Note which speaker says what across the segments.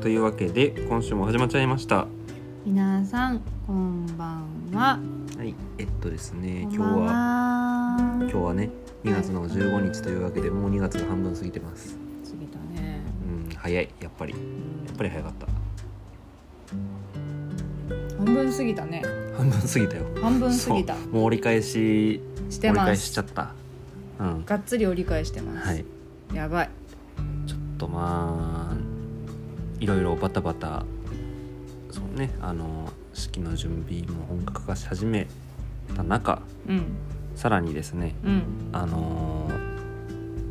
Speaker 1: というわけで今週も始まっちゃいました
Speaker 2: 皆さんこんばんは。
Speaker 1: はいえっとですね
Speaker 2: こん
Speaker 1: 今
Speaker 2: ば
Speaker 1: 日
Speaker 2: ん
Speaker 1: は
Speaker 2: は。
Speaker 1: 今日はね2月の15日というわけでもう2月が半分過ぎてます
Speaker 2: 過ぎたね。
Speaker 1: うん早いやっぱりやっぱり早かった
Speaker 2: 半分過ぎたね。
Speaker 1: 半分過ぎたよ
Speaker 2: 半分過ぎた
Speaker 1: そう。もう折り返し
Speaker 2: して
Speaker 1: 折り
Speaker 2: ま
Speaker 1: 返し
Speaker 2: す。
Speaker 1: ちゃったうん
Speaker 2: がっつり折り返してます。
Speaker 1: はい
Speaker 2: やばい。
Speaker 1: ちょっとまあいろいろバタバタそうねあの式の準備も本格化し始めた中
Speaker 2: うん
Speaker 1: さらにですね
Speaker 2: うん
Speaker 1: あの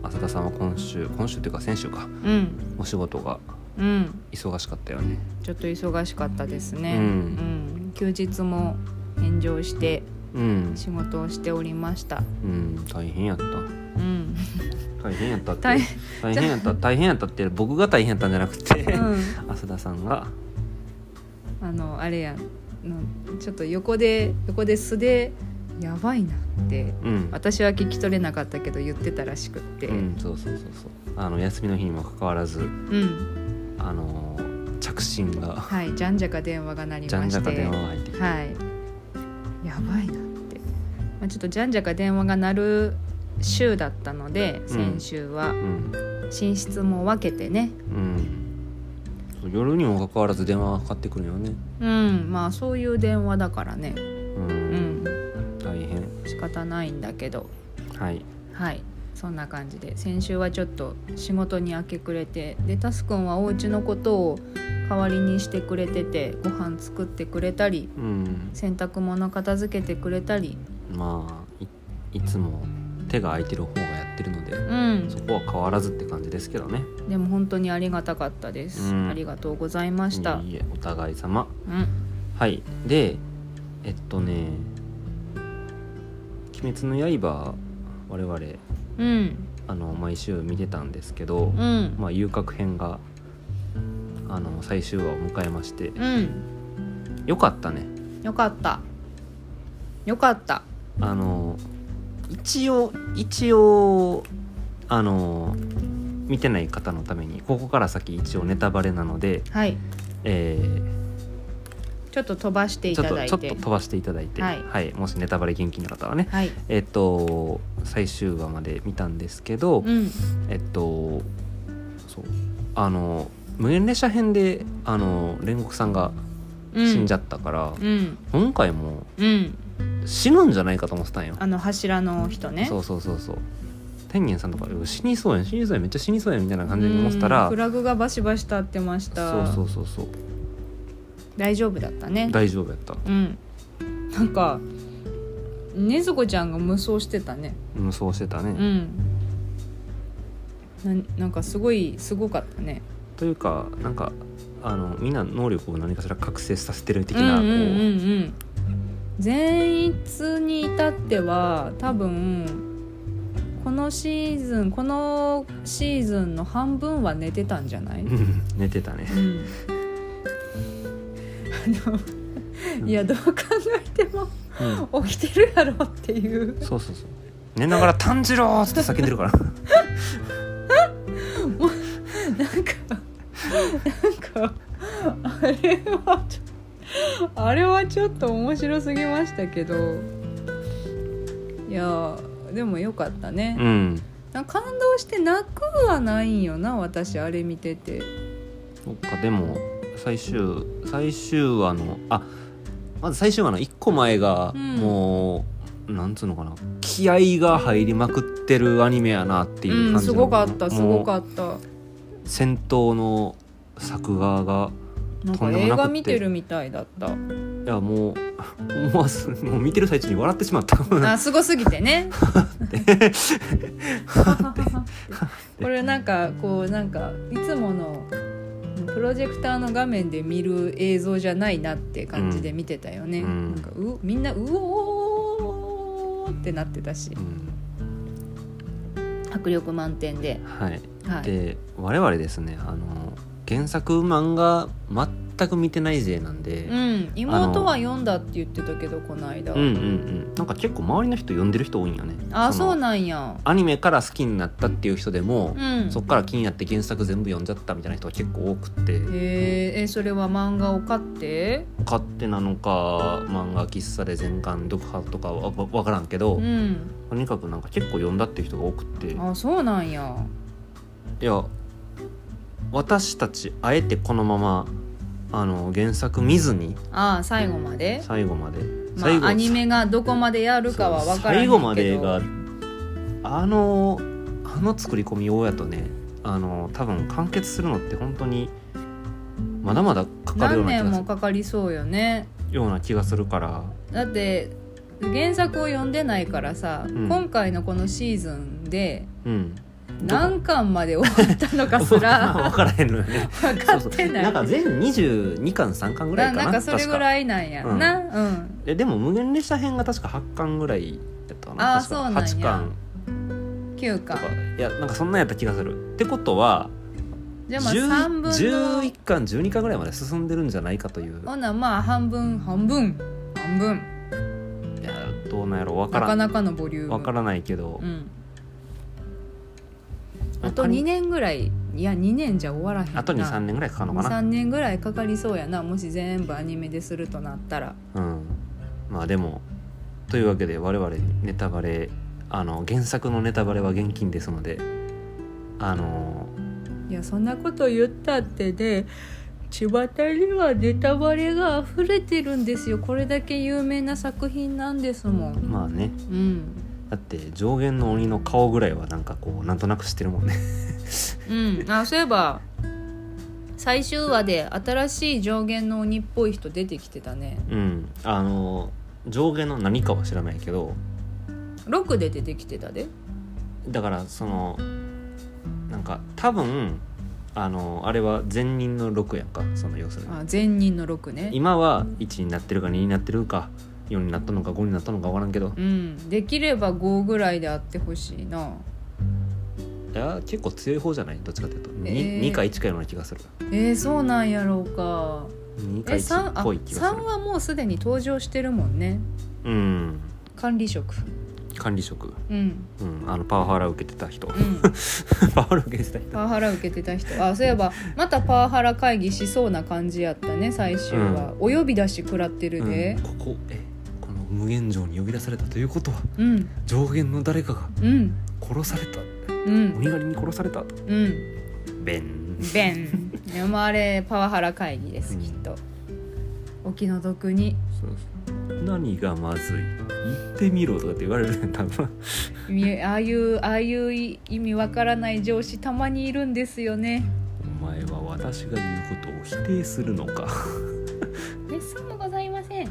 Speaker 1: 浅田さんは今週今週というか先週か
Speaker 2: うん
Speaker 1: お仕事が
Speaker 2: うん。
Speaker 1: 忙しかったよね
Speaker 2: ちょっと忙しかったですね。
Speaker 1: うん
Speaker 2: うん休日も炎上して
Speaker 1: うん、
Speaker 2: 仕事をしておりました。
Speaker 1: うん、大変やった
Speaker 2: うん。
Speaker 1: 大変やったって
Speaker 2: 大
Speaker 1: 大変や った大変やったって僕が大変やったんじゃなくて、
Speaker 2: うん。
Speaker 1: 浅田さんが
Speaker 2: あのあれやんのちょっと横で横で素でやばいなって
Speaker 1: うん
Speaker 2: 私は聞き取れなかったけど言ってたらしくって、
Speaker 1: うん、そうそうそうそうあの休みの日にもかかわらず
Speaker 2: うん
Speaker 1: あのー着信が
Speaker 2: はいじゃんじゃか電話が鳴り
Speaker 1: じゃん
Speaker 2: ま
Speaker 1: じゃ
Speaker 2: し
Speaker 1: か
Speaker 2: て
Speaker 1: 電話が入ってきて、
Speaker 2: はいやばいなって、まあ、ちょっとじゃんじゃか電話が鳴る週だったので先週は
Speaker 1: うん
Speaker 2: 寝室も分けてね
Speaker 1: うんそう夜にもかかわらず電話がかかってくるよね
Speaker 2: うんまあそういう電話だからね
Speaker 1: うん、
Speaker 2: うん
Speaker 1: 大変
Speaker 2: 仕方ないんだけど
Speaker 1: はい
Speaker 2: はいそんな感じで先週はちょっと仕事に明け暮れてでタスくんはお家のことを代わりにしてくれててご飯作ってくれたり
Speaker 1: うん
Speaker 2: 洗濯物片付けてくれたり
Speaker 1: まあいいつも手が空いてる方がやってるので
Speaker 2: うん
Speaker 1: そこは変わらずって感じですけどね
Speaker 2: でも本当にありがたかったで
Speaker 1: う
Speaker 2: す、
Speaker 1: ん
Speaker 2: ありがとうございました
Speaker 1: いいえお互い様
Speaker 2: うん
Speaker 1: はいでえっとね「鬼滅の刃」我々
Speaker 2: うん
Speaker 1: あの毎週見てたんですけど、
Speaker 2: うん
Speaker 1: まあ、遊郭編があの最終話を迎えまして
Speaker 2: うん
Speaker 1: よかったね
Speaker 2: よかったよかった
Speaker 1: あの一応一応あの見てない方のためにここから先一応ネタバレなので、
Speaker 2: はい
Speaker 1: え
Speaker 2: ちょっと飛ばして
Speaker 1: ー
Speaker 2: い
Speaker 1: ちょ
Speaker 2: た
Speaker 1: っと
Speaker 2: だい
Speaker 1: ちょってと飛ばしていただいて、
Speaker 2: はい
Speaker 1: もしネタバレ元気な方はね
Speaker 2: はい
Speaker 1: えっと最終話まで見たんですけど、
Speaker 2: うん
Speaker 1: えっとそうあの無限列車編であの煉獄さんが
Speaker 2: うん
Speaker 1: 死んじゃったから、
Speaker 2: うん
Speaker 1: 今回も
Speaker 2: うん
Speaker 1: 死ぬんじゃないかと思ってたんよ
Speaker 2: あの柱の人ね
Speaker 1: そうそうそうそう天元さんとか死にそうやん死にそうやんめっちゃ死にそうやんみたいな感じに思ってた
Speaker 2: うん
Speaker 1: ら
Speaker 2: フラグがバシバシ立ってました
Speaker 1: そうそうそうそう
Speaker 2: 大丈夫だったね
Speaker 1: 大丈夫やった
Speaker 2: うんなんかねずこちゃんが無双してたね
Speaker 1: うんそうしてたね、
Speaker 2: うんななんかすごいすごかったね
Speaker 1: というかなんかあのみんな能力を何かしら覚醒させてる的
Speaker 2: うんうん
Speaker 1: な
Speaker 2: う
Speaker 1: こ
Speaker 2: ん
Speaker 1: う
Speaker 2: うん善逸に至っては多分このシーズンこのシーズンの半分は寝てたんじゃない、う
Speaker 1: うん寝てたね
Speaker 2: ん、あのいやどう考えても
Speaker 1: うん
Speaker 2: 起きてるやろっていう
Speaker 1: そうそうそう寝ながら「炭治郎!」っつって叫んでるから
Speaker 2: なんかなんかあれはちょっとあれはちょっと面白すぎましたけどいやーでもよかったね、
Speaker 1: うん
Speaker 2: なんか感動して泣くはないんよな私あれ見てて
Speaker 1: そっかでも最終最終話のあまず最終話の1個前が
Speaker 2: うん
Speaker 1: もう、なんつうのかな気合が入りまくってるアニメやなっていう
Speaker 2: うん
Speaker 1: 感じ
Speaker 2: す
Speaker 1: の、
Speaker 2: ごかったすご
Speaker 1: も
Speaker 2: かった
Speaker 1: う戦闘の作画が
Speaker 2: なん
Speaker 1: と
Speaker 2: か
Speaker 1: んでも
Speaker 2: 映
Speaker 1: なくって
Speaker 2: 画見てるみたいだった
Speaker 1: いやもう思わずもう見てる最中に笑ってしまった
Speaker 2: あすごすぎ てねこれなんかこうなんかいつものプロジェクターの画面で見る映像じゃないなって感じで見てたよね、
Speaker 1: うん
Speaker 2: なんかうみんなうおーってなってたし
Speaker 1: うん
Speaker 2: 迫力満点で、
Speaker 1: はい
Speaker 2: はい、
Speaker 1: で我々ですねあの原作漫画全く見てない勢なんで、
Speaker 2: うん妹は読んだって言ってたけどこの間、
Speaker 1: うんうんうんなんか結構周りの人呼んでる人多いんよね
Speaker 2: あ
Speaker 1: の
Speaker 2: そうなんや
Speaker 1: アニメから好きになったっていう人でも
Speaker 2: う、ん
Speaker 1: そっから気になって原作全部読んじゃったみたいな人が結構多くって
Speaker 2: へーえそれは漫画を買って
Speaker 1: 勝手なのか漫画喫茶で全巻読破とかはわわからんけど、
Speaker 2: うん
Speaker 1: とにかくなんか結構読んだっていう人が多くってい
Speaker 2: あそうなんや
Speaker 1: や私たちあえてこのままあの原作見ずに
Speaker 2: あ最後まで、
Speaker 1: 最後まで、
Speaker 2: ま
Speaker 1: 最後
Speaker 2: あ、アニメがどこまでやるかは分からへ
Speaker 1: 最
Speaker 2: んけど
Speaker 1: 後までがあのあの作り込みようやとねあの多分完結するのって本当にまだまだかかるよう
Speaker 2: 何
Speaker 1: な気
Speaker 2: 年
Speaker 1: がす
Speaker 2: もかかりそうよね
Speaker 1: るような気がするから
Speaker 2: だって原作を読んでないからさ、
Speaker 1: うん
Speaker 2: 今回のこのシーズンで
Speaker 1: うん
Speaker 2: 何巻まで終わったのかすら
Speaker 1: 分からへんのよね
Speaker 2: 分かってない
Speaker 1: そうそうなんか全22巻3巻ぐらい
Speaker 2: な
Speaker 1: かな
Speaker 2: なんかそれぐ
Speaker 1: 確から
Speaker 2: いなんやなうん、
Speaker 1: えでも無限列車編が確か8巻ぐらいやったかな
Speaker 2: あー
Speaker 1: 確か
Speaker 2: そうなんや
Speaker 1: 8巻
Speaker 2: 9
Speaker 1: と
Speaker 2: 巻
Speaker 1: かいやなんかそんなんやった気がするってことは
Speaker 2: じゃあまあ3
Speaker 1: 10
Speaker 2: 分の
Speaker 1: 11巻12巻ぐらいまで進んでるんじゃないかという
Speaker 2: ほなまあ半分半分半分
Speaker 1: いやどうなんやろ分か
Speaker 2: な
Speaker 1: ら
Speaker 2: か
Speaker 1: ん
Speaker 2: なかのボリューム
Speaker 1: 分からないけど、
Speaker 2: うん、あと2年ぐらいいや2年じゃ終わらへんな
Speaker 1: あと23年ぐらいかかるのか
Speaker 2: 23
Speaker 1: な、
Speaker 2: 年ぐらいかかりそうやなもし全部アニメでするとなったら
Speaker 1: うん、まあでもというわけで我々ネタバレあの原作のネタバレは厳禁ですのであの
Speaker 2: いやそんなこと言ったってね巷にはネタバレが溢れてるんですよこれだけ有名な作品なんですもん
Speaker 1: まあね
Speaker 2: うん
Speaker 1: だって上限の鬼の顔ぐらいはなんかこうなんとなく知ってるもんね
Speaker 2: うんあそういえば最終話で新しい上限の鬼っぽい人出てきてたね
Speaker 1: うんあの上限の何かは知らないけど
Speaker 2: 6で出てきてたで
Speaker 1: だからそのなんか多分あのあれは前任の6やんかその要するに
Speaker 2: あ前任の6ね
Speaker 1: 今は1になってるか2になってるか4になったのか5になったのか分からんけど
Speaker 2: うんできれば5ぐらいであってほしいない
Speaker 1: や結構強い方じゃないどっちかというと 2,、
Speaker 2: えー
Speaker 1: 2か1かような気がする
Speaker 2: えー、そうなんやろうか
Speaker 1: 2か
Speaker 2: え三
Speaker 1: 1
Speaker 2: あ
Speaker 1: っぽい気がす
Speaker 2: 3
Speaker 1: る
Speaker 2: はもうすでに登場してるもんね
Speaker 1: うん
Speaker 2: 管理職
Speaker 1: 管理職、
Speaker 2: うん
Speaker 1: うん、あのパワハラ受けてた人
Speaker 2: うん
Speaker 1: パワハラ受けてた人
Speaker 2: パワハラ受けてた人あそういえばまたパワハラ会議しそうな感じやったね最終は、お呼び出し食らってるで
Speaker 1: うん、ここえこの無限城に呼び出されたということは
Speaker 2: うん
Speaker 1: 上限の誰かが
Speaker 2: うん
Speaker 1: 殺された
Speaker 2: うん
Speaker 1: 鬼狩りに殺された
Speaker 2: うん
Speaker 1: ベン
Speaker 2: ベンでもあれパワハラ会議です
Speaker 1: うん
Speaker 2: きっと、お気の毒に
Speaker 1: そうそう何がまずい言ってみろとかって言われるね多分
Speaker 2: みああいうああいう意味わからない上司たまにいるんですよね
Speaker 1: お前は私が言うことを否定するのか
Speaker 2: レッスンもございません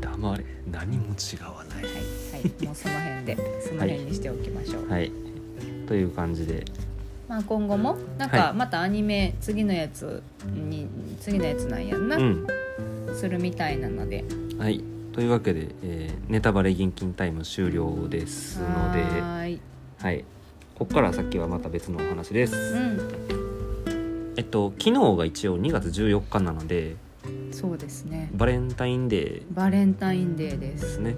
Speaker 1: 黙れ何も違わない
Speaker 2: はい はい、もうその辺で、その辺にしておきましょう。
Speaker 1: はいという感じで
Speaker 2: まあ、今後も、なん
Speaker 1: は
Speaker 2: か、またアニメ、次のやつに、次のやつなんやんな、
Speaker 1: うん
Speaker 2: するみたいなので。
Speaker 1: はいというわけで、えーネタバレ現金タイム終了ですので
Speaker 2: はーい、
Speaker 1: はいここから先はまた別のお話です、
Speaker 2: う
Speaker 1: えっと昨日が一応2月14日なので
Speaker 2: ん、そうですね。
Speaker 1: バレンタインデー
Speaker 2: バレンタインデーで
Speaker 1: です
Speaker 2: す。
Speaker 1: ね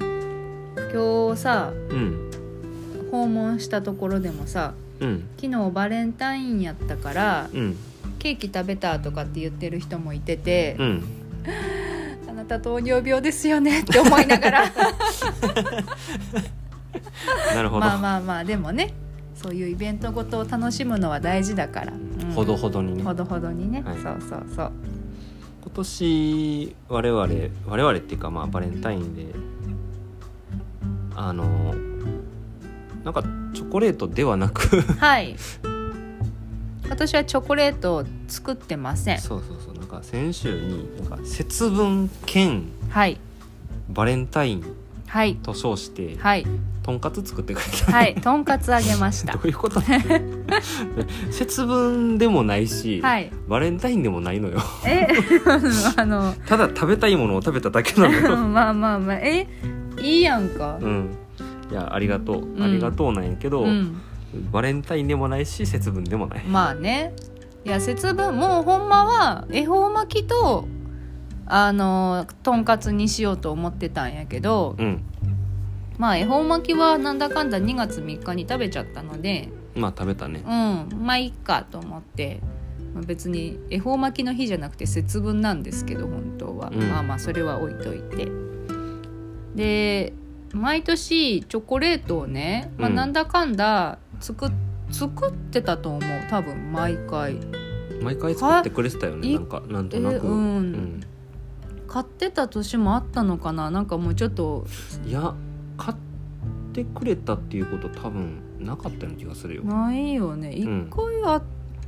Speaker 2: 今日さ、
Speaker 1: うん
Speaker 2: 訪問したところでもさ。
Speaker 1: うん
Speaker 2: 昨日バレンタインやったから
Speaker 1: うん
Speaker 2: ケーキ食べたとかって言ってる人もいてて
Speaker 1: う、ん
Speaker 2: あなた糖尿病ですよねって思いな がら
Speaker 1: なるほど、
Speaker 2: まあまあまあでもねそういうイベントごとを楽しむのは大事だから、うん
Speaker 1: ほどほどにね
Speaker 2: ほ
Speaker 1: 今
Speaker 2: どほどにね、
Speaker 1: はい
Speaker 2: そうそうそう
Speaker 1: 年我々我々っていうかまあバレンタインであのなんかチョコレートではなく
Speaker 2: はい私はチョコレートを作ってませ ん
Speaker 1: そうそうそうなんか先週になんか節分兼
Speaker 2: はい
Speaker 1: バレンタイン
Speaker 2: はい
Speaker 1: と称して
Speaker 2: はい
Speaker 1: とんかつ作ってくれた、
Speaker 2: はいとんかつあげまし た
Speaker 1: どういうことなんですか 節分でもないし、
Speaker 2: はい
Speaker 1: バレンタインでもないのよ
Speaker 2: えあの
Speaker 1: ただ食べたいものを食べただけなのよ、
Speaker 2: まあまあまあえいいやんか
Speaker 1: うん、いやありがとう、
Speaker 2: ん
Speaker 1: ありがとうなんやけど、
Speaker 2: うん
Speaker 1: バレンタインでもないし節分でもない、
Speaker 2: まあねいや節分もうほんまは恵方巻きとあのとんかつにしようと思ってたんやけど
Speaker 1: うん
Speaker 2: まあ恵方巻きはなんだかんだ2月3日に食べちゃったので
Speaker 1: まあ食べたね
Speaker 2: うんまあいいかと思ってまあ別に恵方巻きの日じゃなくて節分なんですけど本当は、
Speaker 1: うん
Speaker 2: まあまあそれは置いといてで毎年チョコレートをね、まあ、
Speaker 1: うん
Speaker 2: なんだかんだ作っ作ってたと思う多分毎回
Speaker 1: 毎回作ってくれてたよね
Speaker 2: い
Speaker 1: なんかなんとな
Speaker 2: え
Speaker 1: く、
Speaker 2: う、
Speaker 1: うんん、
Speaker 2: 買ってた年もあったのかななんかもうちょっと
Speaker 1: いや買ってくれたっていうこと多分なかったような気がするよ
Speaker 2: ないよね一
Speaker 1: ん
Speaker 2: 回あっ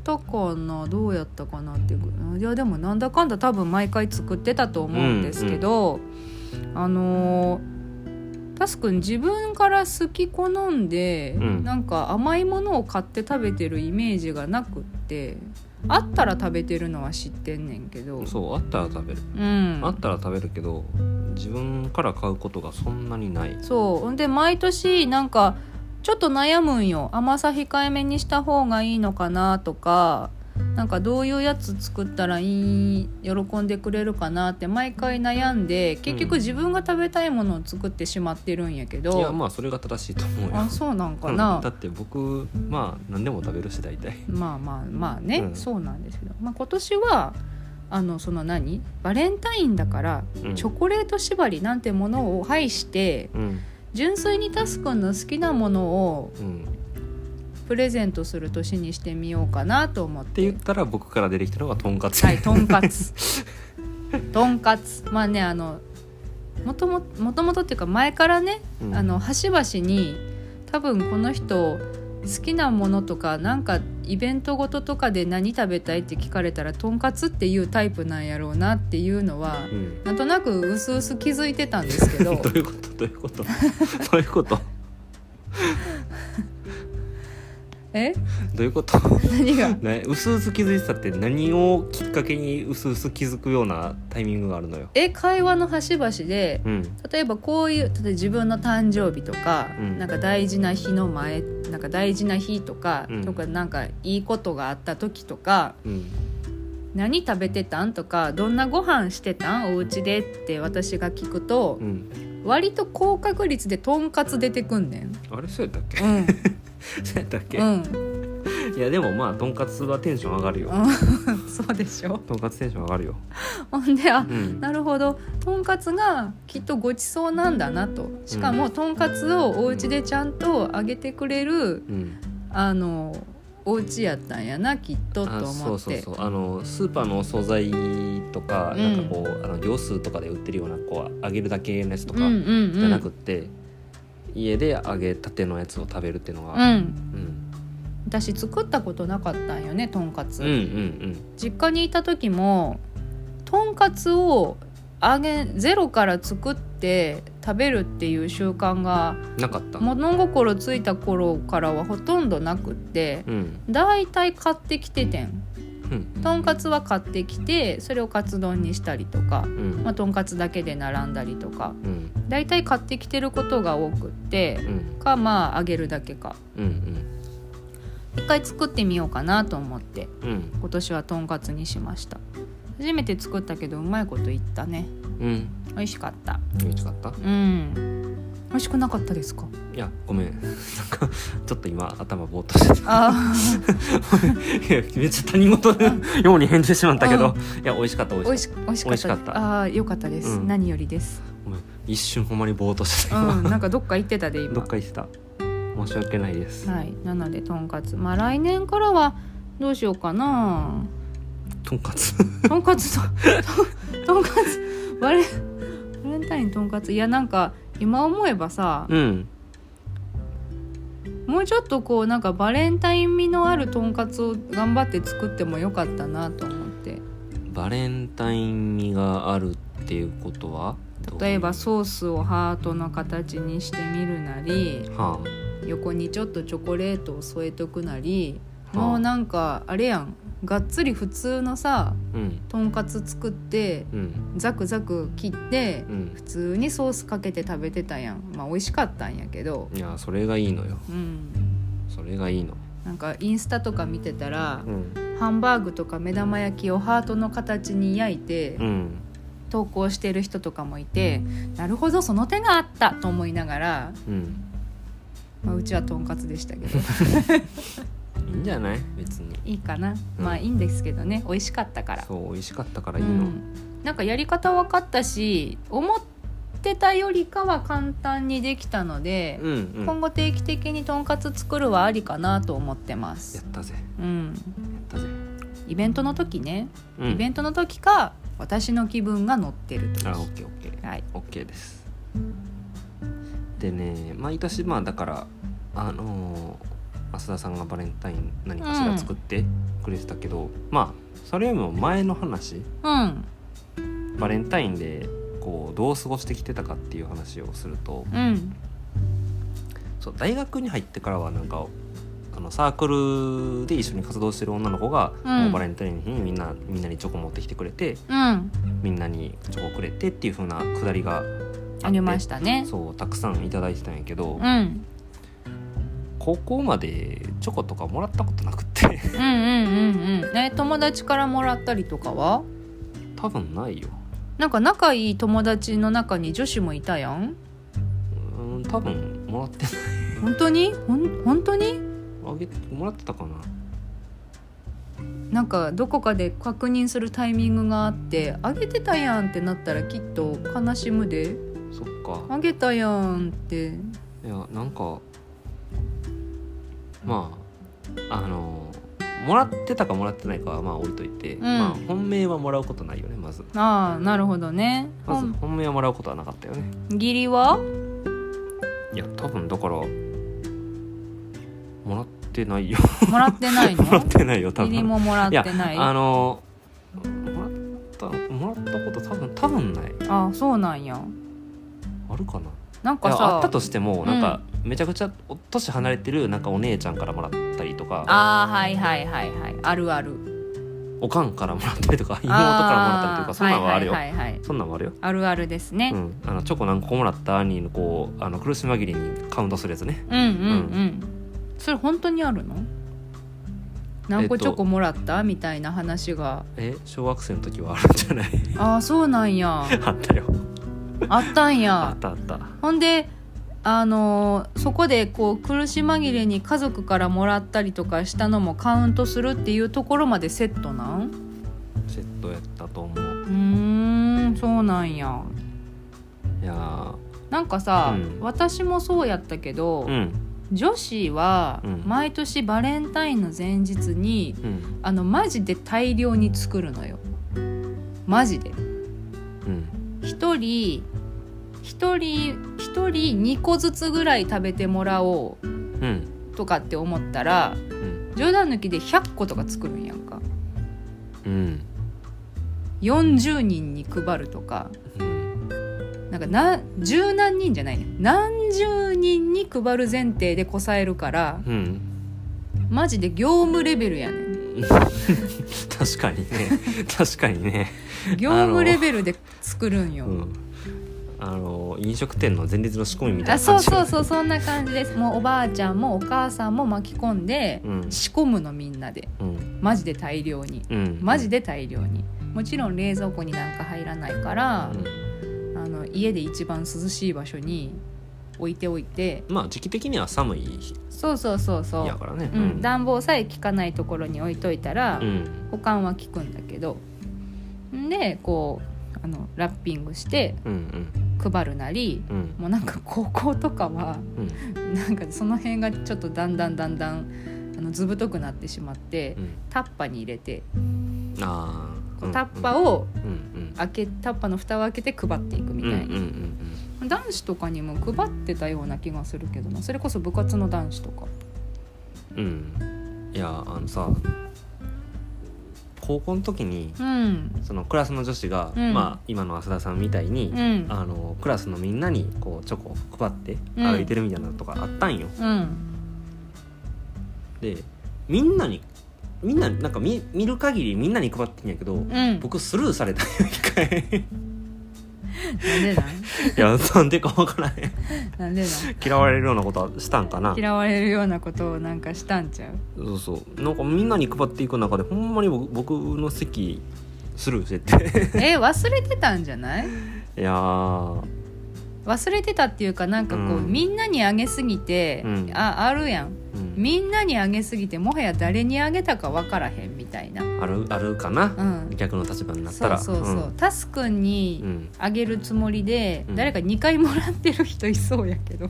Speaker 2: たかな、どうやったかなっていうぐいやでもなんだかんだ多分毎回作ってたと思うんですけど、あのータスくん自分から好き好んで、
Speaker 1: うん
Speaker 2: なんか甘いものを買って食べてるイメージがなくってあったら食べてるのは知ってんねんけど
Speaker 1: そうあったら食べる、
Speaker 2: うん
Speaker 1: あったら食べるけど自分から買うことがそんなにない
Speaker 2: そうほんで毎年なんかちょっと悩むんよ甘さ控えめにした方がいいのかなとかなんかどういうやつ作ったらいい喜んでくれるかなって毎回悩んで結局
Speaker 1: うん
Speaker 2: 自分が食べたいものを作ってしまってるんやけ
Speaker 1: いや
Speaker 2: ど、
Speaker 1: まあそれが正しいと思うよ
Speaker 2: あそうなんか
Speaker 1: う
Speaker 2: なん
Speaker 1: だって僕まあ何でも食べるし大体
Speaker 2: まあまあまあね、
Speaker 1: うん
Speaker 2: そうなんですけど、まあ、今年はあのその何バレンタインだから
Speaker 1: うん
Speaker 2: チョコレート縛りなんてものを排して
Speaker 1: うん
Speaker 2: 純粋にタスくんの好きなものを
Speaker 1: うん、っ
Speaker 2: プレゼントする年にしてみようかなと思ってて
Speaker 1: 言ったら僕から出てきたのがとんかつ、
Speaker 2: はいとんかつ とんかつまあねあのもとももともとっていうか前からね、
Speaker 1: うん
Speaker 2: あの端々に多分この人好きなものとかなんかイベントごととかで何食べたいって聞かれたらとんかつっていうタイプなんやろうなっていうのは
Speaker 1: うん、
Speaker 2: なんとなくうすうす気づいてたんです けど
Speaker 1: どういうことどういうことどういうこと
Speaker 2: え
Speaker 1: どういうこと
Speaker 2: 何が
Speaker 1: ね、うすうす気づいてたって何をきっかけにうすうす気づくようなタイミングがあるのよ。
Speaker 2: え会話の端々で
Speaker 1: うん、
Speaker 2: 例えばこういう例えば自分の誕生日とか、
Speaker 1: うん
Speaker 2: なんか大事な日の前なんか大事な日とか、
Speaker 1: うん
Speaker 2: とかなんかいいことがあった時とか
Speaker 1: うん、
Speaker 2: 何食べてたんとかどんなご飯してたんお家でって私が聞くと
Speaker 1: う、ん。
Speaker 2: 割と高確率でとんかつ出てくんねん。
Speaker 1: あれそうやったっけ
Speaker 2: うん、
Speaker 1: そうやったっけ、
Speaker 2: うん、
Speaker 1: いやでもまあとんかつはテンション上がるよ。
Speaker 2: うんそうでしょ。
Speaker 1: とんかつテンション上がるよ。
Speaker 2: ほんであ
Speaker 1: うん。
Speaker 2: なるほどとんかつがきっとごちそうなんだなとしかもとんかつをお家でちゃんとあげてくれる
Speaker 1: うん、
Speaker 2: あのお家やったんやなきっとと思
Speaker 1: あ
Speaker 2: って
Speaker 1: そうそうそうあのスーパーのお惣菜とか、
Speaker 2: うん
Speaker 1: なんかこうあの業数とかで売ってるようなこう揚げるだけのやつとか
Speaker 2: うんうんうん、
Speaker 1: じゃなくって、家で揚げたてのやつを食べるっていうの
Speaker 2: う
Speaker 1: が、
Speaker 2: ん
Speaker 1: うん、
Speaker 2: 私作ったことなかったんよねとんかつ、
Speaker 1: うんうんうん
Speaker 2: 実家にいた時もとんかつを揚げゼロから作って食べるっていう習慣が
Speaker 1: なかった。
Speaker 2: 物心ついた頃からはほとんどなくって
Speaker 1: うん
Speaker 2: だいたい買ってきててん
Speaker 1: うん
Speaker 2: とんかつは買ってきてそれをカツ丼にしたりとか、
Speaker 1: うん。
Speaker 2: まあ、とんかつだけで並んだりとか
Speaker 1: うん
Speaker 2: 大体買ってきてることが多くって
Speaker 1: うん
Speaker 2: かまあ揚げるだけか
Speaker 1: うん
Speaker 2: 一回作ってみようかなと思って
Speaker 1: うんうん
Speaker 2: 今年はとんかつにしました初めて作ったけどうまいこといったね
Speaker 1: うん
Speaker 2: 美味しかった
Speaker 1: 美味しかった
Speaker 2: うん美味しくなかったですか
Speaker 1: いやごめんなんかちょっと今頭ぼーっとして
Speaker 2: あ
Speaker 1: た いやめっちゃ他人事のように返事してしまったけど、いや美味しかった美
Speaker 2: あ美
Speaker 1: 味
Speaker 2: 味
Speaker 1: しか
Speaker 2: し美味し
Speaker 1: 美
Speaker 2: かっ
Speaker 1: 味したかった
Speaker 2: ああよかったです、
Speaker 1: うん
Speaker 2: 何よりです
Speaker 1: ったごめん一瞬ほんまにぼーっとして
Speaker 2: う
Speaker 1: た 今、
Speaker 2: んなんかどっか行ってたで今
Speaker 1: どっか行ってた申し訳ないです、
Speaker 2: はいなのでとんかつまあ来年からはどうしようかな
Speaker 1: とんかつ
Speaker 2: とんかつとととんかつバレバレンタインとんかついやなんか今思えばさ
Speaker 1: うん
Speaker 2: もうちょっとこうなんかバレンタイン味のあるとんかつを頑張って作ってもよかったなと思って
Speaker 1: バレンタイン味があるっていうことは
Speaker 2: 例えば
Speaker 1: う
Speaker 2: ソースをハートの形にしてみるなり
Speaker 1: は
Speaker 2: 横にちょっとチョコレートを添えとくなり
Speaker 1: あ、
Speaker 2: もう
Speaker 1: はあ
Speaker 2: なんかあれやんがっつり普通のさ
Speaker 1: うん
Speaker 2: とんかつ作って
Speaker 1: うん
Speaker 2: ザクザク切って
Speaker 1: うん
Speaker 2: 普通にソースかけて食べてたやんまあ美味しかったんやけど
Speaker 1: いやそれがいいのよ
Speaker 2: うん
Speaker 1: それがいいの
Speaker 2: なんかインスタとか見てたら
Speaker 1: うん
Speaker 2: ハンバーグとか目玉焼きをハートの形に焼いて
Speaker 1: うん
Speaker 2: 投稿してる人とかもいてなるほどその手があったと思いながら、
Speaker 1: うん
Speaker 2: まあ、うちはとんかつでしたけ ど
Speaker 1: いいんじゃない別に
Speaker 2: いいかなまあいいんですけどね美味しかったから。
Speaker 1: そう美味しかったから
Speaker 2: う
Speaker 1: いいの、
Speaker 2: ん、なんかやり方分かったし思ってたよりかは簡単にできたので、
Speaker 1: うんうん
Speaker 2: 今後定期的にとんかつ作るはありかなと思ってま
Speaker 1: や
Speaker 2: す
Speaker 1: っ、たぜ
Speaker 2: うん、
Speaker 1: やったぜ、
Speaker 2: イベントの時ね、
Speaker 1: うん、
Speaker 2: イベントの時か私の気分が乗ってると
Speaker 1: あオッケーオッケー
Speaker 2: はい
Speaker 1: オッケーですでね毎年まあだからあのー増田さんがバレンタイン何かしら作ってくれてたけど、まあそれよりも前の話
Speaker 2: うん
Speaker 1: バレンタインでこうどう過ごしてきてたかっていう話をすると
Speaker 2: うん
Speaker 1: そう大学に入ってからはなんかあのサークルで一緒に活動してる女の子が、
Speaker 2: うん
Speaker 1: もうバレンタインの日にみんなみんなにチョコ持ってきてくれて
Speaker 2: うん
Speaker 1: みんなにチョコくれてっていう風なくだりが
Speaker 2: ありましたね
Speaker 1: そうたくさんいただいてたんやけど、
Speaker 2: うんうん
Speaker 1: 高校までチョコとかもらったことなくて
Speaker 2: うんうんうんえ友達からもらったりとかは
Speaker 1: 多分ないよ
Speaker 2: なんか仲いい友達の中に女子もいたやん
Speaker 1: うん多分もらって
Speaker 2: 本当にほん本当に
Speaker 1: あげもらってたかな
Speaker 2: なんかどこかで確認するタイミングがあって「あげてたやん」ってなったらきっと悲しむで
Speaker 1: そっ
Speaker 2: 「
Speaker 1: か
Speaker 2: あげたやん」って
Speaker 1: いやなんかまああのもらってたかもらってないかはまあ置いといて、
Speaker 2: ん
Speaker 1: まあ本命はもらうことないよねまず
Speaker 2: ああなるほどね
Speaker 1: まず
Speaker 2: ほん
Speaker 1: 本命はもらうことはなかったよね
Speaker 2: 義理はい
Speaker 1: や多分だからもらってないよ
Speaker 2: もらってないの
Speaker 1: もらってないよ多
Speaker 2: 義理
Speaker 1: 分
Speaker 2: ももらっ
Speaker 1: いや
Speaker 2: てない
Speaker 1: あ
Speaker 2: あ
Speaker 1: のもらったもらったこと多分多分ない
Speaker 2: あそうなんや
Speaker 1: あるかな
Speaker 2: なん
Speaker 1: い
Speaker 2: か
Speaker 1: や
Speaker 2: さ
Speaker 1: あったとしてもなんかめちゃくちゃお年離れてるなんかお姉ちゃんからもらったりとか
Speaker 2: あーはいはいはいはいあるある
Speaker 1: おかんからもらったりとか妹からもらったりとかそんなんはあるよ、
Speaker 2: はいはいはいはい
Speaker 1: そんなんはあるよ、
Speaker 2: あるあるです
Speaker 1: う
Speaker 2: ね、
Speaker 1: ん、あのチョコ何個もらった兄のこうあの苦し紛れにカウントするやつね
Speaker 2: うん、うんうんそれ本当にあるの何個チョコもらった、みたいな話が
Speaker 1: え小学生の時はあるんじゃない
Speaker 2: ああそうなんや
Speaker 1: あったよ
Speaker 2: あったん
Speaker 1: あ
Speaker 2: や
Speaker 1: ったあった
Speaker 2: ほんであのーそこでこう苦し紛れに家族からもらったりとかしたのもカウントするっていうところまでセットなんう
Speaker 1: セットやったと思う
Speaker 2: ーんそうなんや
Speaker 1: いやー
Speaker 2: なんかさ、
Speaker 1: うん
Speaker 2: 私もそうやったけど、
Speaker 1: うん
Speaker 2: 女子は
Speaker 1: うん
Speaker 2: 毎年バレンタインの前日に
Speaker 1: うん
Speaker 2: あのマジで大量に作るのよマジで
Speaker 1: うん
Speaker 2: 一人一人一人2個ずつぐらい食べてもらおう
Speaker 1: うん
Speaker 2: とかって思ったら
Speaker 1: うん
Speaker 2: 冗談抜きで100個とか作るんやんか
Speaker 1: うん
Speaker 2: 40人に配るとか
Speaker 1: うん
Speaker 2: なんかな十何人じゃないね何十人に配る前提でこさえるから
Speaker 1: うん
Speaker 2: マジで業務レベルやねん
Speaker 1: 確かに ね確かにね
Speaker 2: 業務レベルで作るんよ、
Speaker 1: うん、あの飲食店の前日の仕込みみたい
Speaker 2: あ
Speaker 1: な
Speaker 2: そ
Speaker 1: 感
Speaker 2: う
Speaker 1: じ
Speaker 2: そうそうそんな感じですもうおばあちゃんもお母さんも巻き込んで
Speaker 1: うん
Speaker 2: 仕込むのみんなで
Speaker 1: うん
Speaker 2: マジで大量に
Speaker 1: うん
Speaker 2: マジ
Speaker 1: で
Speaker 2: で大量にもちろん冷蔵庫になんか入らないから
Speaker 1: うん、
Speaker 2: あの家で一番涼しい場所に置いておいて
Speaker 1: まあ時期的には寒い日
Speaker 2: そうそうそうそ
Speaker 1: や
Speaker 2: う、
Speaker 1: からね
Speaker 2: うん暖房さえ効かないところに置いといたら、
Speaker 1: うん
Speaker 2: 保管は効くんだけどんでこうあのラッピングして
Speaker 1: うんうん
Speaker 2: 配るなり
Speaker 1: うん
Speaker 2: もうなんか 高校とかは。なんかその辺がちょっとだんだんだんだんあの図太くなってしまって
Speaker 1: うん
Speaker 2: タッパに入れて
Speaker 1: うんあ
Speaker 2: こ
Speaker 1: あ
Speaker 2: うタッパ
Speaker 1: を
Speaker 2: を
Speaker 1: うんうん
Speaker 2: 開けタッパの蓋を開けて配っていくみ
Speaker 1: うんう
Speaker 2: た
Speaker 1: ん
Speaker 2: いな、男子とかにも配ってたような気がするけどなそれこそ部活の男子とか
Speaker 1: うんうんいやあのさ高校の時に
Speaker 2: うん
Speaker 1: そのクラスの女子が、
Speaker 2: うん
Speaker 1: まあ今の浅田さんみたいに、
Speaker 2: うん
Speaker 1: あのクラスのみんなにこうチョコを配って
Speaker 2: うん
Speaker 1: 歩いてるみたいなのとかあったんよ、
Speaker 2: うん
Speaker 1: でみんなにみんななんか見見る限りみんなに配ってんやけど、
Speaker 2: うん
Speaker 1: 僕スルーされたよ一回
Speaker 2: でなん
Speaker 1: いやなんでか分からへん
Speaker 2: なんでなん
Speaker 1: 嫌われるようなことはしたんかな
Speaker 2: 嫌われるようなことをなんかしたんちゃう
Speaker 1: そうそうなんかみんなに配っていく中でほんまに僕僕の席スルーして
Speaker 2: え忘れてたんじゃない
Speaker 1: ていやー
Speaker 2: 忘れてたっていうかなんかこう、
Speaker 1: うん
Speaker 2: みんなにあげすぎて、
Speaker 1: うん
Speaker 2: ああるやん
Speaker 1: うん
Speaker 2: みんなにあげすぎてもはや誰にあげたかわからへんみたいな
Speaker 1: あるあるかな
Speaker 2: う、ん
Speaker 1: 逆の立場になっ
Speaker 2: そ
Speaker 1: た
Speaker 2: う
Speaker 1: ら
Speaker 2: そうそう、タスくんに、
Speaker 1: うんうん
Speaker 2: あげるつもりで、
Speaker 1: うん
Speaker 2: 誰か2回もらってる人いそうやけど、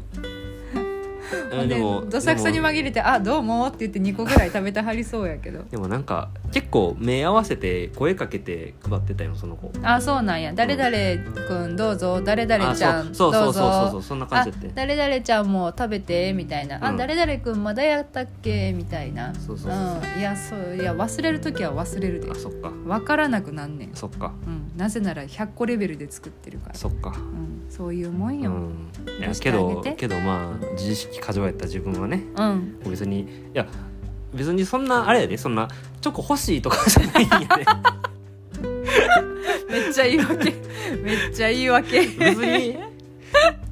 Speaker 1: えでも
Speaker 2: どさくさに
Speaker 1: でも
Speaker 2: 紛れて「あどうも」って言って2個ぐらい食べてはりそうやけど
Speaker 1: でもなんか結構目合わせて声かけて配ってたよその子
Speaker 2: あそうなんや「誰々くんどうぞ誰々ちゃ
Speaker 1: あ
Speaker 2: ん
Speaker 1: そ
Speaker 2: ど
Speaker 1: うそううそうそうそ
Speaker 2: ぞ
Speaker 1: う」そんな感
Speaker 2: あ
Speaker 1: じだって
Speaker 2: 誰々ちゃんも食べてみたいな「あ
Speaker 1: うん
Speaker 2: 誰々くんまだやったっけ?」みたいなう
Speaker 1: そうそうそう、あ
Speaker 2: んいやそういや忘れる時は忘れるで
Speaker 1: そっか
Speaker 2: 分からなくなんねん、
Speaker 1: そっか
Speaker 2: うん、なぜなら100個レベルで作ってるから、
Speaker 1: そっか
Speaker 2: うん、そういうもん
Speaker 1: う
Speaker 2: よ、
Speaker 1: んいや
Speaker 2: 出し
Speaker 1: け
Speaker 2: てあげ
Speaker 1: ど
Speaker 2: て
Speaker 1: けどまあ自意識過剰やった自分はね
Speaker 2: うん、
Speaker 1: 別にいや別にそんなあれやでそんなチョコ欲しいとかじゃないんやで
Speaker 2: めっちゃ言い訳 めっちゃ言い訳
Speaker 1: 別に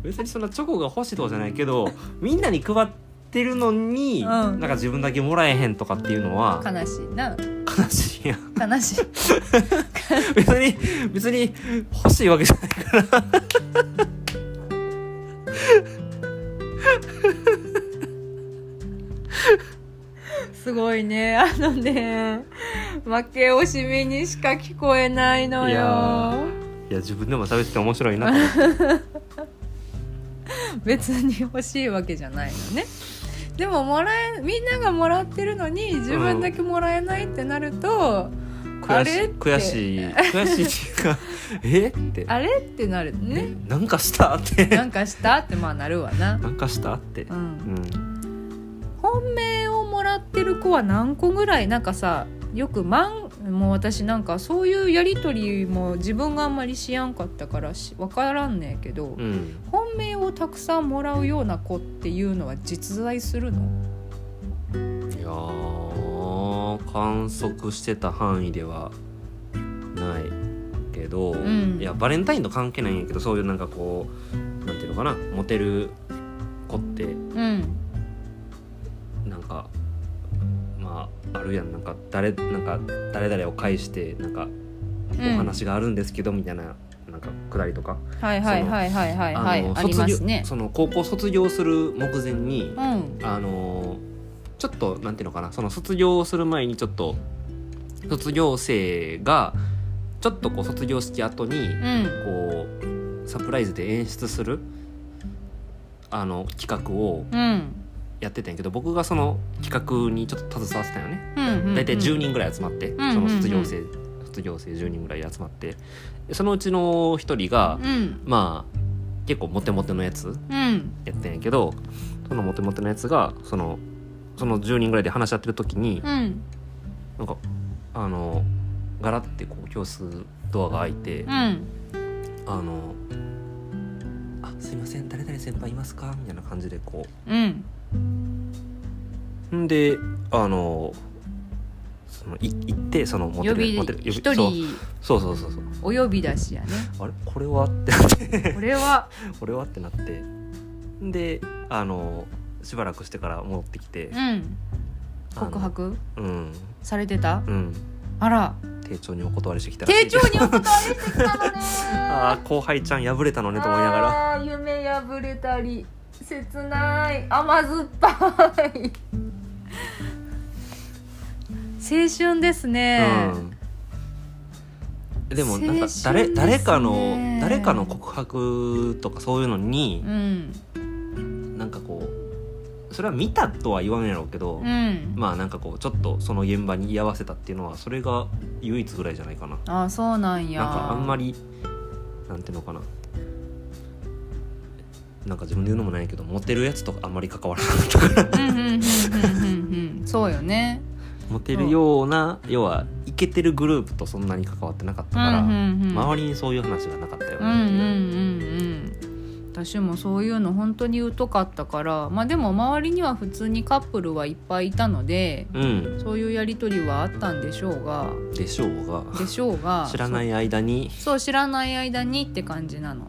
Speaker 1: 別にそんなチョコが欲しいとかじゃないけどみんなに配ってるのに、
Speaker 2: うん
Speaker 1: なんか自分だけもらえへんとかっていうのは
Speaker 2: 悲しいな
Speaker 1: 悲しいやん
Speaker 2: 悲しい
Speaker 1: 別に別に欲しいわけじゃないから
Speaker 2: すごいねあのね負け惜しみにしか聞こえないの
Speaker 1: いや
Speaker 2: よ
Speaker 1: いや自分でも喋ってて面白いなと思って
Speaker 2: 別に欲しいわけじゃないのねでももらえみんながもらってるのに自分だけもらえないってなると、あ
Speaker 1: 悔し
Speaker 2: れって
Speaker 1: 悔しい悔しいっていう かえって
Speaker 2: あれってなるね
Speaker 1: なんかしたって
Speaker 2: なんかしたってまあなるわな、
Speaker 1: なんかしたって
Speaker 2: う、
Speaker 1: うんん
Speaker 2: 本命をもらってる子は何個ぐらいなんかさよくマンもう私なんかそういうやり取りも自分があんまりしやんかったからし分からんねんけど、
Speaker 1: うん
Speaker 2: 本命をたくさんもらうような子っていうのは実在するの
Speaker 1: いやー観測してた範囲ではないけど、
Speaker 2: ん
Speaker 1: いやバレンタインと関係ないんやけどそういうなんかこうなんていうのかなモテる子って
Speaker 2: うん
Speaker 1: なんかまああるやんなんか誰なんか誰々を介してなんかお話があるんですけどみたいな。なんか下りとか、
Speaker 2: はいはいはいはいはいはい
Speaker 1: の
Speaker 2: あり
Speaker 1: 卒
Speaker 2: ま
Speaker 1: 業
Speaker 2: すね
Speaker 1: その高校卒業する目前に、
Speaker 2: うん
Speaker 1: あのーちょっとなんていうのかなその卒業する前にちょっと卒業生がちょっとこう卒業式後に
Speaker 2: うん
Speaker 1: こうサプライズで演出するあの企画を
Speaker 2: うん
Speaker 1: やってたんやけど僕がその企画にちょっと携わってたよね
Speaker 2: うん
Speaker 1: 大体10人ぐらい集まって、
Speaker 2: んうん
Speaker 1: その卒業生、卒業生10人ぐらい集まってそのうちの一人が、
Speaker 2: うん
Speaker 1: まあ結構モテモテのやつ
Speaker 2: うん
Speaker 1: やってんやけどそのモテモテのやつがそのその10人ぐらいで話し合ってる時に
Speaker 2: うん
Speaker 1: なんかあのガラッてこう教室ドアが開いて
Speaker 2: うん
Speaker 1: 「あのあすいません誰々先輩いますか?」みたいな感じでこ
Speaker 2: うん
Speaker 1: うんであのそのい行ってそのモテる
Speaker 2: 呼び
Speaker 1: モテる
Speaker 2: 一
Speaker 1: そう
Speaker 2: 人
Speaker 1: そうそうそうそう
Speaker 2: お呼び出しやね
Speaker 1: あれこれは ってなって
Speaker 2: これは
Speaker 1: これはってなってであのしばらくしてから戻ってきて
Speaker 2: うん
Speaker 1: あの
Speaker 2: 告白
Speaker 1: うん
Speaker 2: されてた
Speaker 1: うん
Speaker 2: あら
Speaker 1: 丁重にお断りしてきたらしい
Speaker 2: 丁
Speaker 1: です
Speaker 2: 重にお断りして きたのね
Speaker 1: ああ後輩ちゃん破れたのねと思いながら
Speaker 2: あー夢破れたり切ない甘酸っぱい青春ですね、
Speaker 1: うん、でもなんか
Speaker 2: 青春
Speaker 1: 誰
Speaker 2: ですね
Speaker 1: 誰かの誰かの告白とかそういうのに
Speaker 2: う、ん
Speaker 1: なんかこうそれは見たとは言わんやろうけど、
Speaker 2: うん、
Speaker 1: まあなんかこうちょっとその現場に居合わせたっていうのはそれが唯一ぐらいじゃないかな
Speaker 2: あそうなんや
Speaker 1: なんかあんまりなんていうのかななんか自分で言うのもないけどモテるやつとあんまり関わらなかった から
Speaker 2: うんうんうんうんうんうんそうよね
Speaker 1: モテるような、要はイケてるグループとそんなに関わってなかったから、
Speaker 2: うんうんうん
Speaker 1: 周りにそういう話がなかったよ
Speaker 2: うんうん
Speaker 1: ね、
Speaker 2: うん私もそういうの本当に疎かったからまあでも周りには普通にカップルはいっぱいいたので
Speaker 1: うん
Speaker 2: そういうやり取りはあったんでしょうが
Speaker 1: でしょうが
Speaker 2: でしょうが
Speaker 1: 知らない間に
Speaker 2: そうそう知らない間にって感じなの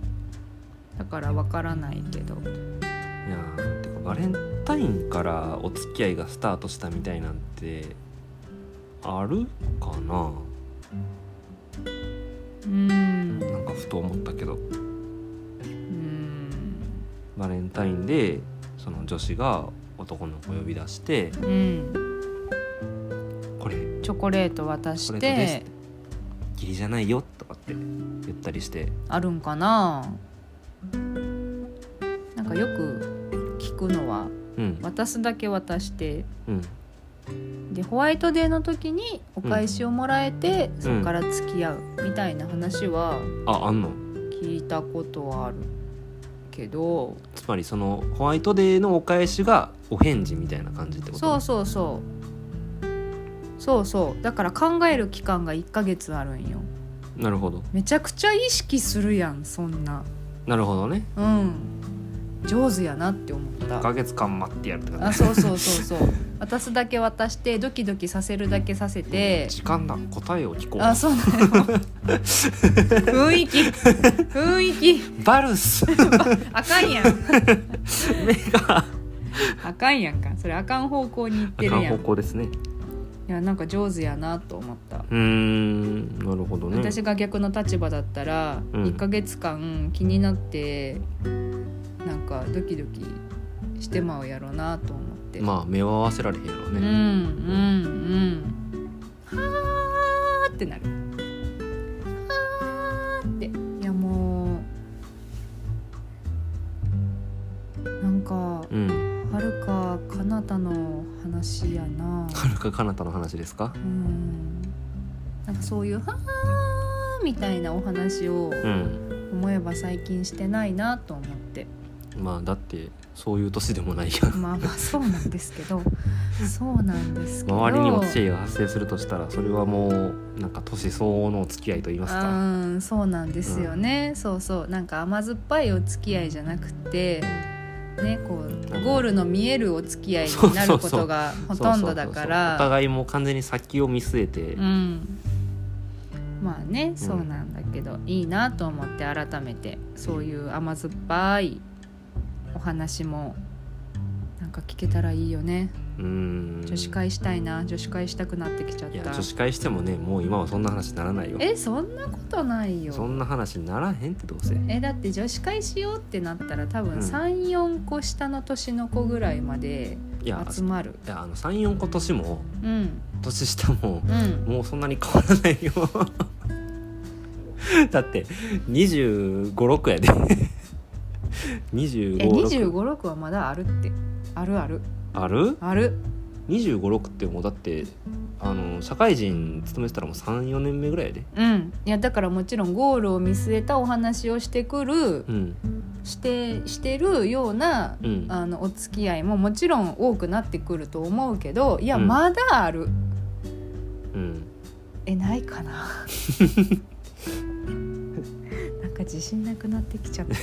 Speaker 2: だからわからないけど
Speaker 1: いやーてかバレンタインからお付き合いがスタートしたみたいなんてあるかな
Speaker 2: うん
Speaker 1: なんかふと思ったけど
Speaker 2: うん
Speaker 1: バレンタインでその女子が男の子呼び出して
Speaker 2: うん
Speaker 1: 「これ
Speaker 2: チョコレート渡
Speaker 1: こ
Speaker 2: し
Speaker 1: れで
Speaker 2: て
Speaker 1: す義理じゃないよ」とかって言ったりして
Speaker 2: あるんかななんかよく聞くのは
Speaker 1: うん
Speaker 2: 渡すだけ渡して
Speaker 1: うん
Speaker 2: でホワイトデーの時にお返しをもらえて、
Speaker 1: ん
Speaker 2: そこから付き合うみたいな話は
Speaker 1: ああんの
Speaker 2: 聞いたことはあるけど、
Speaker 1: つまりそのホワイトデーのお返しがお返事みたいな感じってこと
Speaker 2: そうそうそうそうそうだから考える期間が1ヶ月あるんよ
Speaker 1: なるほど
Speaker 2: めちゃくちゃ意識するやんそんな
Speaker 1: なるほどね
Speaker 2: うん上手やなって思った
Speaker 1: 1ヶ月間待ってやるって感
Speaker 2: あ
Speaker 1: じ
Speaker 2: そうそうそうそう渡すだけ渡してドキドキさせるだけさせて
Speaker 1: 時間だ答えを聞こ
Speaker 2: あ
Speaker 1: う
Speaker 2: そうなの雰囲気雰囲気
Speaker 1: バルス
Speaker 2: あかんやん
Speaker 1: 目が
Speaker 2: あかんやんかそれあかん方向に行っ
Speaker 1: あ
Speaker 2: て
Speaker 1: か
Speaker 2: る
Speaker 1: ん
Speaker 2: やん
Speaker 1: 方
Speaker 2: い
Speaker 1: 向ですね
Speaker 2: やなんか上手やなと思った、
Speaker 1: うーんなるほどね
Speaker 2: 私が逆の立場だったら、
Speaker 1: うん
Speaker 2: 1ヶ月間気になってなんかドキドキしてまうやろなと思って、
Speaker 1: まあ目を合わせられへんやろう
Speaker 2: うん
Speaker 1: ね、
Speaker 2: うんうんはーってなるはーっていやもうなんか
Speaker 1: うん
Speaker 2: はるか彼方の話やな
Speaker 1: はるか彼方の話ですか
Speaker 2: うんなんかそういう「はー」みたいなお話を
Speaker 1: うん
Speaker 2: 思えば最近してないなと思って
Speaker 1: まあだってそういう年でもないやん
Speaker 2: まあまあそうなんですけど そうなんですけど
Speaker 1: 周りにお付き合いが発生するとしたらそれはもうなんか年相応のお付き合いと言いますか
Speaker 2: うんそうなんですよね、そうそうなんか甘酸っぱいお付き合いじゃなくてねこうゴールの見えるお付き合いになることがほとん
Speaker 1: そうそう
Speaker 2: どだか
Speaker 1: そうそうお
Speaker 2: ら
Speaker 1: 互いもう完全に先を見据えて、
Speaker 2: うんまあねそうなんだけど、いいなと思って改めてそういう甘酸っぱいお話もなんか聞けたらいいよね
Speaker 1: うーん
Speaker 2: 女子会したいな女子会したくなってきちゃっ
Speaker 1: いや
Speaker 2: た
Speaker 1: 女子会してもねもう今はそんな話にならないよ
Speaker 2: えそんなことないよ
Speaker 1: そんな話にならへんってどうせ
Speaker 2: えだって女子会しようってなったら多分
Speaker 1: うん
Speaker 2: 34個下の年の子ぐらいまで
Speaker 1: いや
Speaker 2: 集まる
Speaker 1: いやあの34個年も
Speaker 2: うん
Speaker 1: 年下も
Speaker 2: うん
Speaker 1: もうそんなに変わらないよ だって2 5 6やで2 5
Speaker 2: え
Speaker 1: 5
Speaker 2: 二2 5 6はまだあるってあるある
Speaker 1: ある
Speaker 2: ある
Speaker 1: 2 5 6ってもうだってあの社会人勤めてたらもう34年目ぐらいやで
Speaker 2: うんいやだからもちろんゴールを見据えたお話をしてくる
Speaker 1: うん
Speaker 2: してしてるような
Speaker 1: うん
Speaker 2: あのお付き合いももちろん多くなってくると思うけどいや
Speaker 1: うん
Speaker 2: まだある、
Speaker 1: うん
Speaker 2: えないかな なんか自信なくなってきちゃった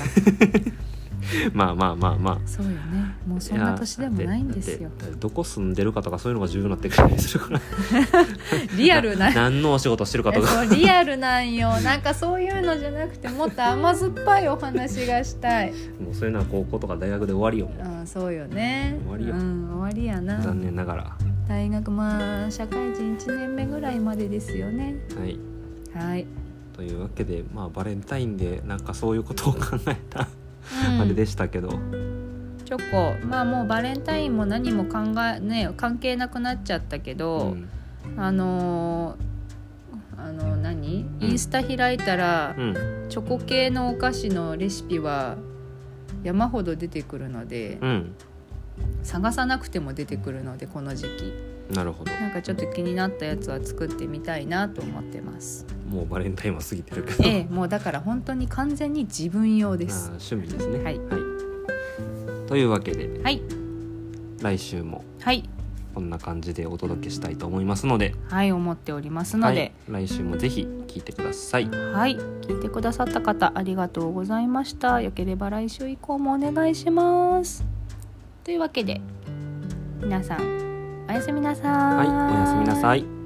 Speaker 1: まあまあまあまあ
Speaker 2: そうよね。もうそんな年でもないんです
Speaker 1: やだ
Speaker 2: よ
Speaker 1: っ。てだってどこ住んでるかとかそういうのが重要になってくるするから
Speaker 2: リアル な。
Speaker 1: 何のお仕事してるかとか
Speaker 2: そうリアルなんよ。なんかそういうのじゃなくて、もっと甘酸っぱいお話がしたい。
Speaker 1: もうそういうのは高校とか大学で終わりよもう
Speaker 2: うん、そうよね。
Speaker 1: 終わりよ
Speaker 2: うん、終わりやな。
Speaker 1: 残念ながら
Speaker 2: 大学まあ社会人一年目ぐらいまでですよね。
Speaker 1: はい
Speaker 2: はい。
Speaker 1: というわけでまあバレンタインでなんかそういうことを考えた
Speaker 2: うん
Speaker 1: あれでしたけど、
Speaker 2: チョコ、まあもうバレンタインも何も考えね関係なくなっちゃったけ
Speaker 1: う
Speaker 2: ど、
Speaker 1: ん
Speaker 2: あのーあの何？インスタ開いたら。
Speaker 1: うん
Speaker 2: チョコ系のお菓子のレシピは山ほど出てくるので
Speaker 1: うん
Speaker 2: 探さなくても出てくるのでこの時期
Speaker 1: なるほど
Speaker 2: なんかちょっと気になったやつは作ってみたいなと思ってます
Speaker 1: もうバレンタインは過ぎてるけど、
Speaker 2: ええもうだから本当に完全に自分用で
Speaker 1: まあ
Speaker 2: す
Speaker 1: 趣味ですね
Speaker 2: はい
Speaker 1: というわけで
Speaker 2: はい
Speaker 1: 来週も
Speaker 2: はい
Speaker 1: こんな感じでお届けしたいと思いますので
Speaker 2: はい思っておりますので、
Speaker 1: はい、来週もぜひ聞いてください。
Speaker 2: はい、聞いてくださった方ありがとうございました。よければ来週以降もお願いします。というわけで、皆さん、おやすみなさ
Speaker 1: はい、おやすみなさ
Speaker 2: い。
Speaker 1: い。